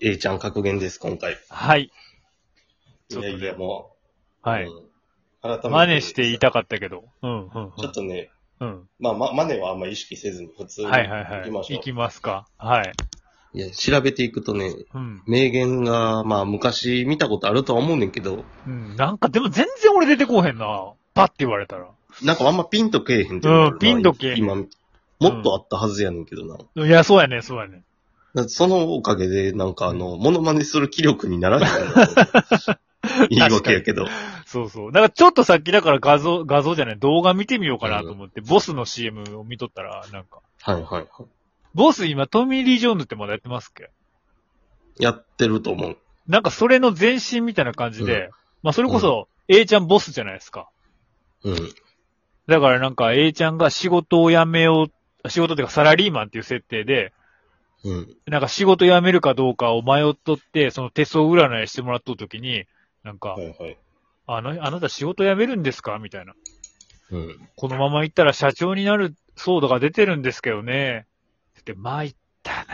A ちゃん格言です、今回。はい。いちょっとやねいや、もう。はい。うん改めて。真似して言いたかったけど。うん、うん、ちょっとね、うん。うん。まあ、ま、真似はあんま意識せずに、普通にはいはいはい。行きましょう。行きますか。はい。いや、調べていくとね、うん。名言が、まあ、昔見たことあるとは思うねんけど、うん。なんかでも全然俺出てこうへんな。パッて言われたら。なんかあんまピンとけえへんっていのがあるなうんピンとけえへん今、もっとあったはずやねんけどな。いや、そうやね、そうやね。だってそのおかげで、なんかあの、モノマネする気力にならない な。言い訳やけど。そうそう。だからちょっとさっきだから画像、画像じゃない、動画見てみようかなと思って、ボスの CM を見とったら、なんか。はいはいはボス今、トミー・リー・ジョーンズってまだやってますっけい。やってると思う。なんかそれの前身みたいな感じで、うまあそれこそ、A ちゃんボスじゃないですか。うん。だからなんか A ちゃんが仕事を辞めよう、仕事っていうかサラリーマンっていう設定で、うん。なんか仕事辞めるかどうかを迷っとって、その手相占いしてもらっとるときに、なんか、はいはい。あの、あなた仕事辞めるんですかみたいな。うん。このまま行ったら社長になるソードが出てるんですけどね。って言って、参ったなー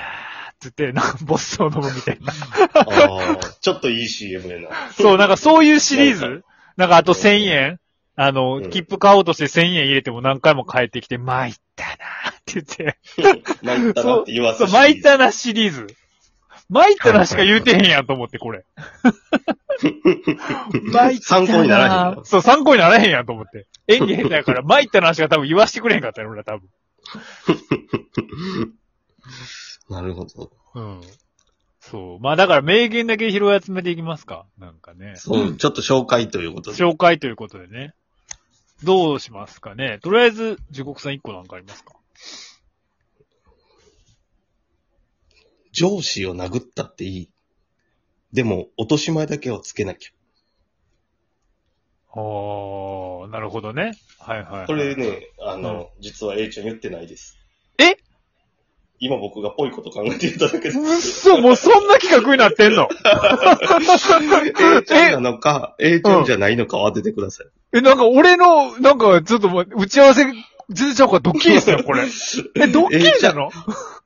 つって、なんかボスを飲むみたいな。ああ、ちょっといい CM やな。 そう、なんかそういう シリーなんズなんかあと1000円あうの、ん切符買おうとして1000円入れても何回も返ってきて、参ったなーって言って。参ったなって言わせそう、マイタナシリーズ。マイタナしか言うてへんやんと思って、これ。マイタ ナ参考にならへんよそう、参考にならへんやんと思って。演技下手やから、マイタナしか多分言わしてくれへんかったよ、俺ら多分。なるほど。うん。そう。まあだから名言だけ拾い集めていきますか。なんかね。そう、ちょっと紹介ということで。紹介ということでね。どうしますかね。とりあえず、地獄さん1個なんかありますか上司を殴ったっていい。でも、落とし前だけはつけなきおー、なるほどね。はいはい、はゃ。い。これ。ね、あの、実は A ちゃん言ってないです。え今僕がぽいこと考えていただけでうっそ、もうそんな企画になって んの A ちゃんなのか、A ちゃんじゃないのかを当ててください。え、なんか俺の、なんかちょっともう打ち合わせ、全然ちゃうからドッキリですよ、こ れ。え、ドッキリなの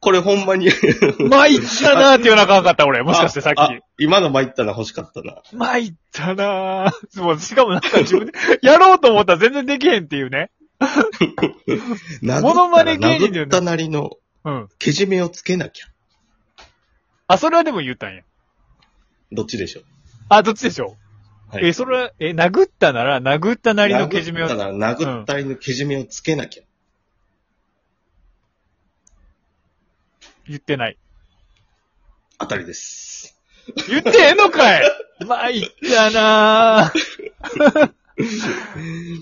これほんまに参ったなーって言わなあかんかった、 俺。もしかしてさっああき。今の参ったな欲しかったな。参ったなー。もうしかもなんか自分で、 やろうと思ったら全然できへんっていうね。殴モノマネ芸人だ殴よねったなりの、うん。けじめをつけなきゃ。あ、それはでも言ったんや。どっちでしょう。あ、どっちでしょう、はいえ、それは、え、殴ったなら、殴ったなりのけじめ殴をっ。たなら殴ったりのけじめをつけなきゃ。言ってない。当たりです。言ってへんのかい参ったな ぁ。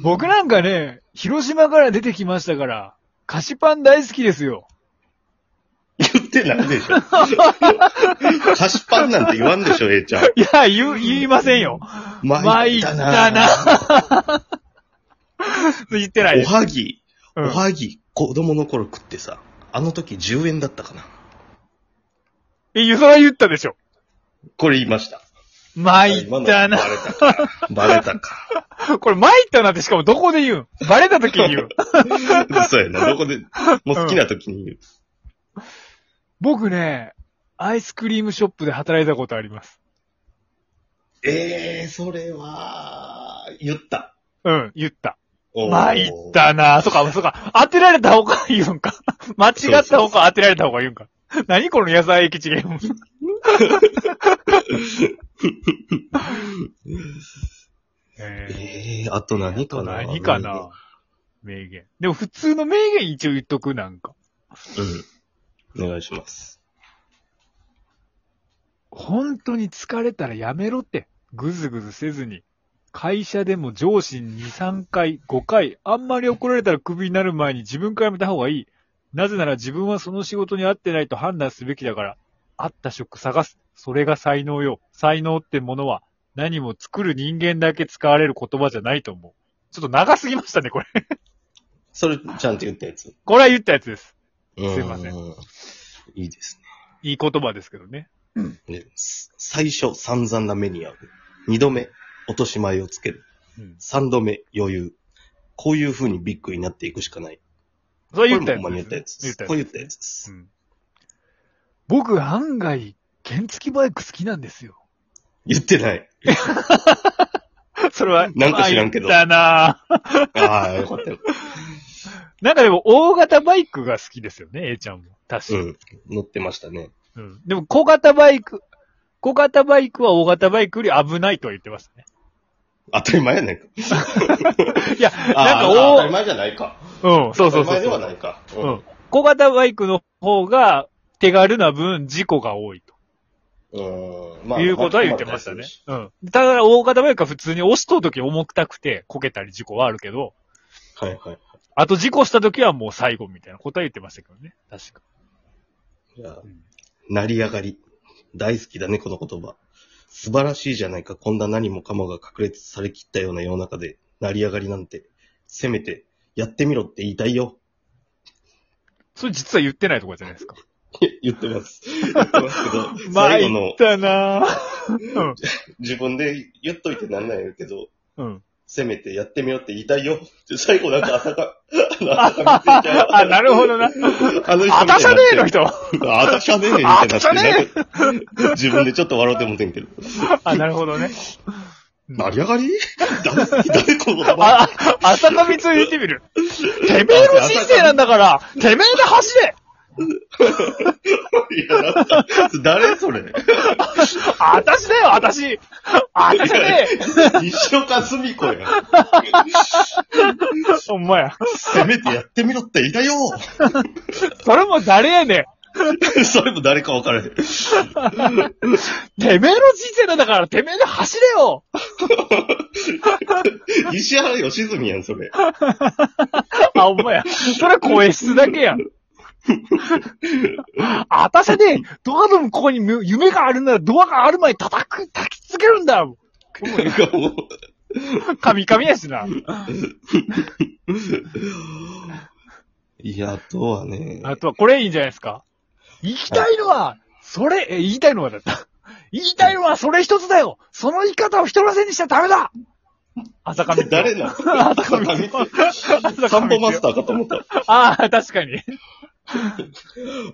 僕なんかね、広島から出てきましたから、菓子パン大好きですよ。言ってないでしょ。 菓子パンなんて言わんでしょ、A ちゃん。いや、言う、言いませんよ。参ったなぁ。 言ってないでおす。はぎ、うおんはぎ、子供の頃食ってさ、あの時10円だったかな。え、ゆそら言ったでしょ。これ言いました。参ったなバレたか。バレたか。これ参ったなってしかもどこで言うんバレた時に言う。そうやな。どこで、もう好きな時に言う。 僕ね、アイスクリームショップで働いたことあります。ええー、それは、言った。うん、言った。おー参ったなそっか、そっか。当てられた方が言うんか。 間違った方が当てられた方が言うんか。何この野菜駅地ゲーム。えええー、あと何ー、かな何かな名言。でも普通の名言一応言っとく、なんか。うん。お願いします。本当に疲れたらやめろって。ぐずぐずせずに。会社でも上司に2、3回、5回、あんまり怒られたらクビになる前に自分からやめた方がいい。なぜなら自分はその仕事に合ってないと判断すべきだから。合った職探す。それが才能よ。才能ってものは何も作る人間だけ使われる言葉じゃないと思う。ちょっと長すぎましたね、これ。それ、ちゃんと言ったやつ。これは言ったやつです。うんすいません。いいですいい言葉ですけどね。ね。ね最初、散々な目に遭う。二度目、落とし前をつける。うん。三度目、余裕。こういう風にビッグになっていくしかない。そこれれは言っもたやほんまに言っつたやつでですね。す。これ言ったやつです。僕、案外、原付きバイク好きなんですよ。言ってない。 それは、なんか知らんけどだなぁああ、よかったよ。なんかでも、大型バイクが好きですよね、A ちゃんも。確かうに。ん。乗ってましたね。うん。でも、小型バイク、小型バイクは大型バイクより危ないとは言ってましたね。当たり前やないか。 いや、あ なんあか当たりお、前じゃないか。うん、そうそ当たうそうり前でそはう。ないか。ううん。小型バイクの方が手軽な分、事故が多いと。うん。まいうことは言ってましたね。うん。ただ、大型バイクは普通に押した時重くたくて、こけたり事故はあるけど、はいはい。あと事故した時はもう最後みたいなことは言ってましたけどね。確か。いやうん、成り上がり。大好きだね、この言葉。素晴らしいじゃないか、こんな何もかもが隠れされきったような世の中で、成り上がりなんて、せめて、やってみろって言いたいよ。それ実は言ってないところじゃないです か。言ってます。言ってますけど、まあ、最後言のっ、たなぁ自分で言っといてなんないけど、うん。 うん。せめてやってみろって言いたいよ。最後なんか朝か、あ、なるほどな。あのあたしゃねえの人あたしゃねえみたいになってあたしゃねなんか自分でちょっと笑うてもうてんけど。あ、なるほどね。成り上がり 誰、誰この名前 あ、あ、浅香光を言ってみる。てめえの人生なんだから、てめえで走れいや、なんか、誰それ あたしだよ、あたしあたしゃね 西岡澄子や。えほんまや。せめてやってみろって言いたいよ。 それも誰やねそれも誰か分からへん。 んてめえの人生なんだから、てめえで走れよ西原良純やん、それ。 あ、ほんまや。それは声質だけやん。あたしゃねえドアの向こうにむ夢があるならドアがある前に叩く、叩きつけるんなだんかもうカミカミやしな。いや、あとはね。あとは、これいいんじゃないですか行きたいのは、それ、え、言いたいのはだった。言いたいのはそれ一つだよその言い方を人のせいにしちゃダメだ朝霞光誰なの朝霞光代サンボマスターかと思った。ああ、確かに。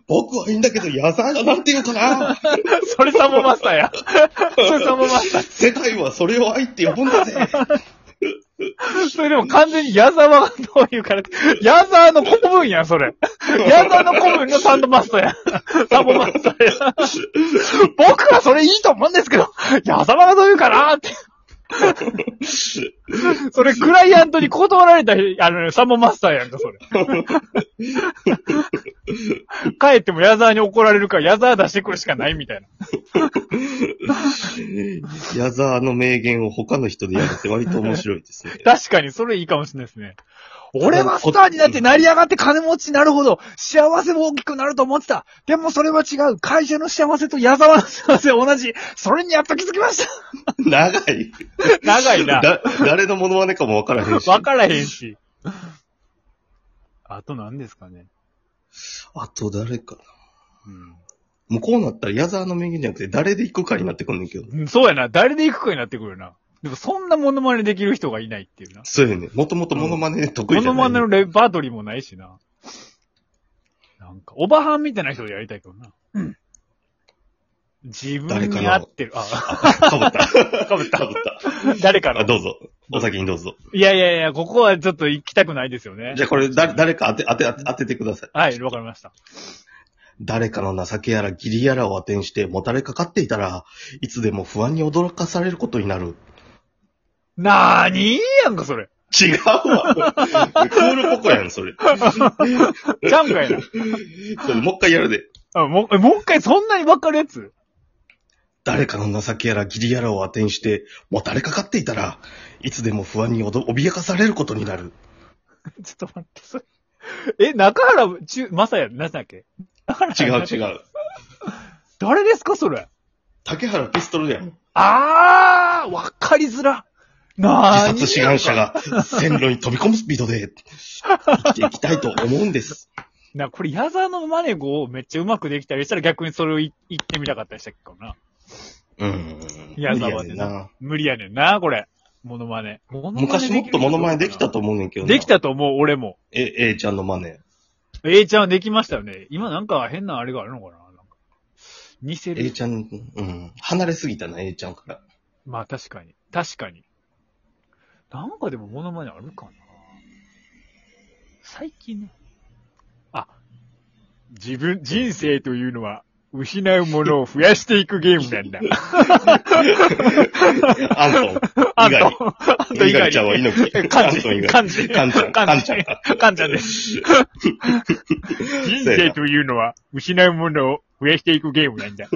僕はいいんだけど、矢沢がなんて言うかな それサンボマスターや。それサンボマスタ世界はそれを愛って呼ぶんだぜ。ー。 それでも完全に矢沢がどういうから、矢沢の古文やん、それ。矢沢の古文のサンドマスターや。サンボマスターや。僕はそれいいと思うんですけど、矢沢がどういうかなって。それ、クライアントに断られた、あの、サンボマスターやんか、それ。帰っても矢沢に怒られるから、矢沢出してくるしかないみたいな。矢沢の名言を他の人でやるって割と面白いですね。確かに、それいいかもしれないですね。俺はスターになって成り上がって金持ちになるほど、幸せも大きくなると思ってた。でもそれは違う。会社の幸せと矢沢の幸せは同じ。それにやっと気づきまし長い。た。長いな。だ誰のモノマネかも分からへんし。わからへんし。あと何ですかね。あと誰かな。うんもうこうなったら矢沢の名言じゃなくて誰で行くかになってくんねんけど。うんそうやな。誰で行くかになってくるよな。でもそんなモノマネできる人がいないっていうな。そうやね。もともとモノマネ得意モじゃノなマい、ネのレパートリーもないしな。なんか、おばはんみたいな人でやりたいけどな。自分に合ってる。あ、あかぶった。かぶった。かぶっ 誰かた。あ、のどうぞ。お先にどうぞ。いやいやいや、ここはちょっと行きたくないですよねじ。ゃあこれ、だ、誰か当て、当て、当て当ててください。はい、わかりました。誰かの情けやら義理やらを当てにしてもたれかかっていたら、いつでも不安に驚かされることになる。なーにーやんか、それ。違う わ。クールポコやん、それ。ちゃう んかいな。それもう一回やるで。あもう、えもう一回そんなにわかるやつ誰かの情けやら義理やらを当てにして、もたれかかっていたら、いつでも不安におど脅かされることになる。ちょっと待って、それ。え、中原中、まさや、なんだっけ違う違う。誰ですか、それ。竹原ピストルやん。あー、わかりづら。なーに自殺志願者が線路に飛び込むスピードで生きていきたいと思うんです。な、これ、矢沢のマネ語をめっちゃうまくできたりしたら逆にそれをい言ってみたかったりしたっけかな。うん。矢無沢で理なやねんな。無理やねんな、これ。モノマネ。モノマネ昔もっとモノマネできたとと思うねんけどなできたと思う、俺も。え、A ちゃんのマネ。 A ちゃんはできましたよね。今なんか変なあれがあるのかななんか似せ A る。ちゃん、うん。離れすぎたな、A ちゃん から。まあ確かに。確かに。なんかでもモノマネあるかな最近ね。あ、自分、人生というのは、失うものを増やしていくゲームなんだ。アントン。あん以外と、あん猪と狩以外ちゃんはに。猪木。漢アントン以字、外漢字、カンちゃん、カンちゃんか。漢字 です。人生というのは、失うものを増やしていくゲーム なんだ。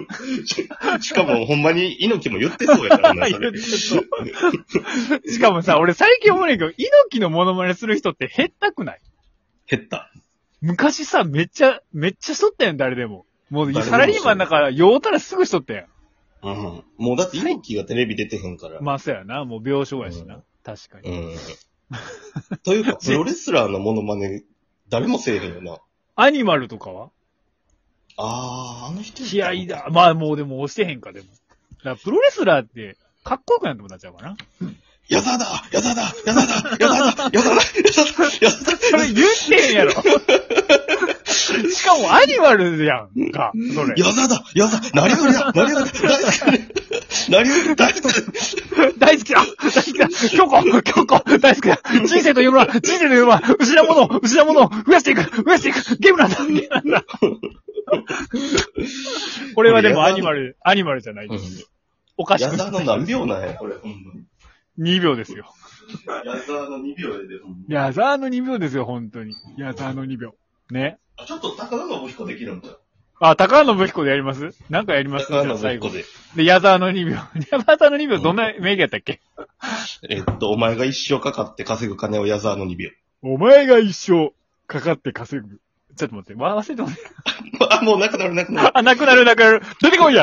しかも、ほんまに猪木も 言ってそうやからな、それ。言ってそうしかもさ、俺最近思うねんけど、猪木のモノマネする人って減ったくない減った。昔さ、めっちゃ、めっちゃしとったやん、誰でも。も誰う、でもサラリーマンなんか、酔うたらすぐしとったやうん。もうだって猪木がテレビ出てへんからん。。まあ、そうやな。もう病床やしな。確かうに。ん。と いうか、プロレスラーのモノマネ、誰もせえへんよな。アニマルとかはあー、あの人気合いだ。。まあ、もうでも押してへんか、でも。だから、プロレスラーって、かっこよくなんてもなっちゃうかな。やだだやだだやだだやだだやだだやだだやだだそれ言ってへんやろ。 しかもアニマルやんか、それ。やだだやだなりがりだなりがり大好きなりがり大好き大好きだ大好きだ京子京子大好きだ人生というものは、人生というものは、失うものを、失うものを増やしていく増やしていくゲームなんだゲームなん だこれはでもアニマル、アニマルじゃないです。おかしやくだのない。何秒なんや、これ、ほんまに。 2秒ですよ。やだの2秒やで、ほんまに。矢沢の2秒ですよ、本当に。矢沢の2秒。ね。あちょっと高田信彦できるんだ。あ、高野信彦でやりますなんかやります高田じゃあ最信後彦。で。で、矢沢の2秒。 矢沢の2秒、どんな名義やったっけえっと、お前が一生かかって稼ぐ金を矢沢の2秒。 お前が一生かかって稼ぐ。ちょっと待って、わ忘れてもらっあ、もうなくなるなくなる。た。あ、なくなるなくなる。出てこいや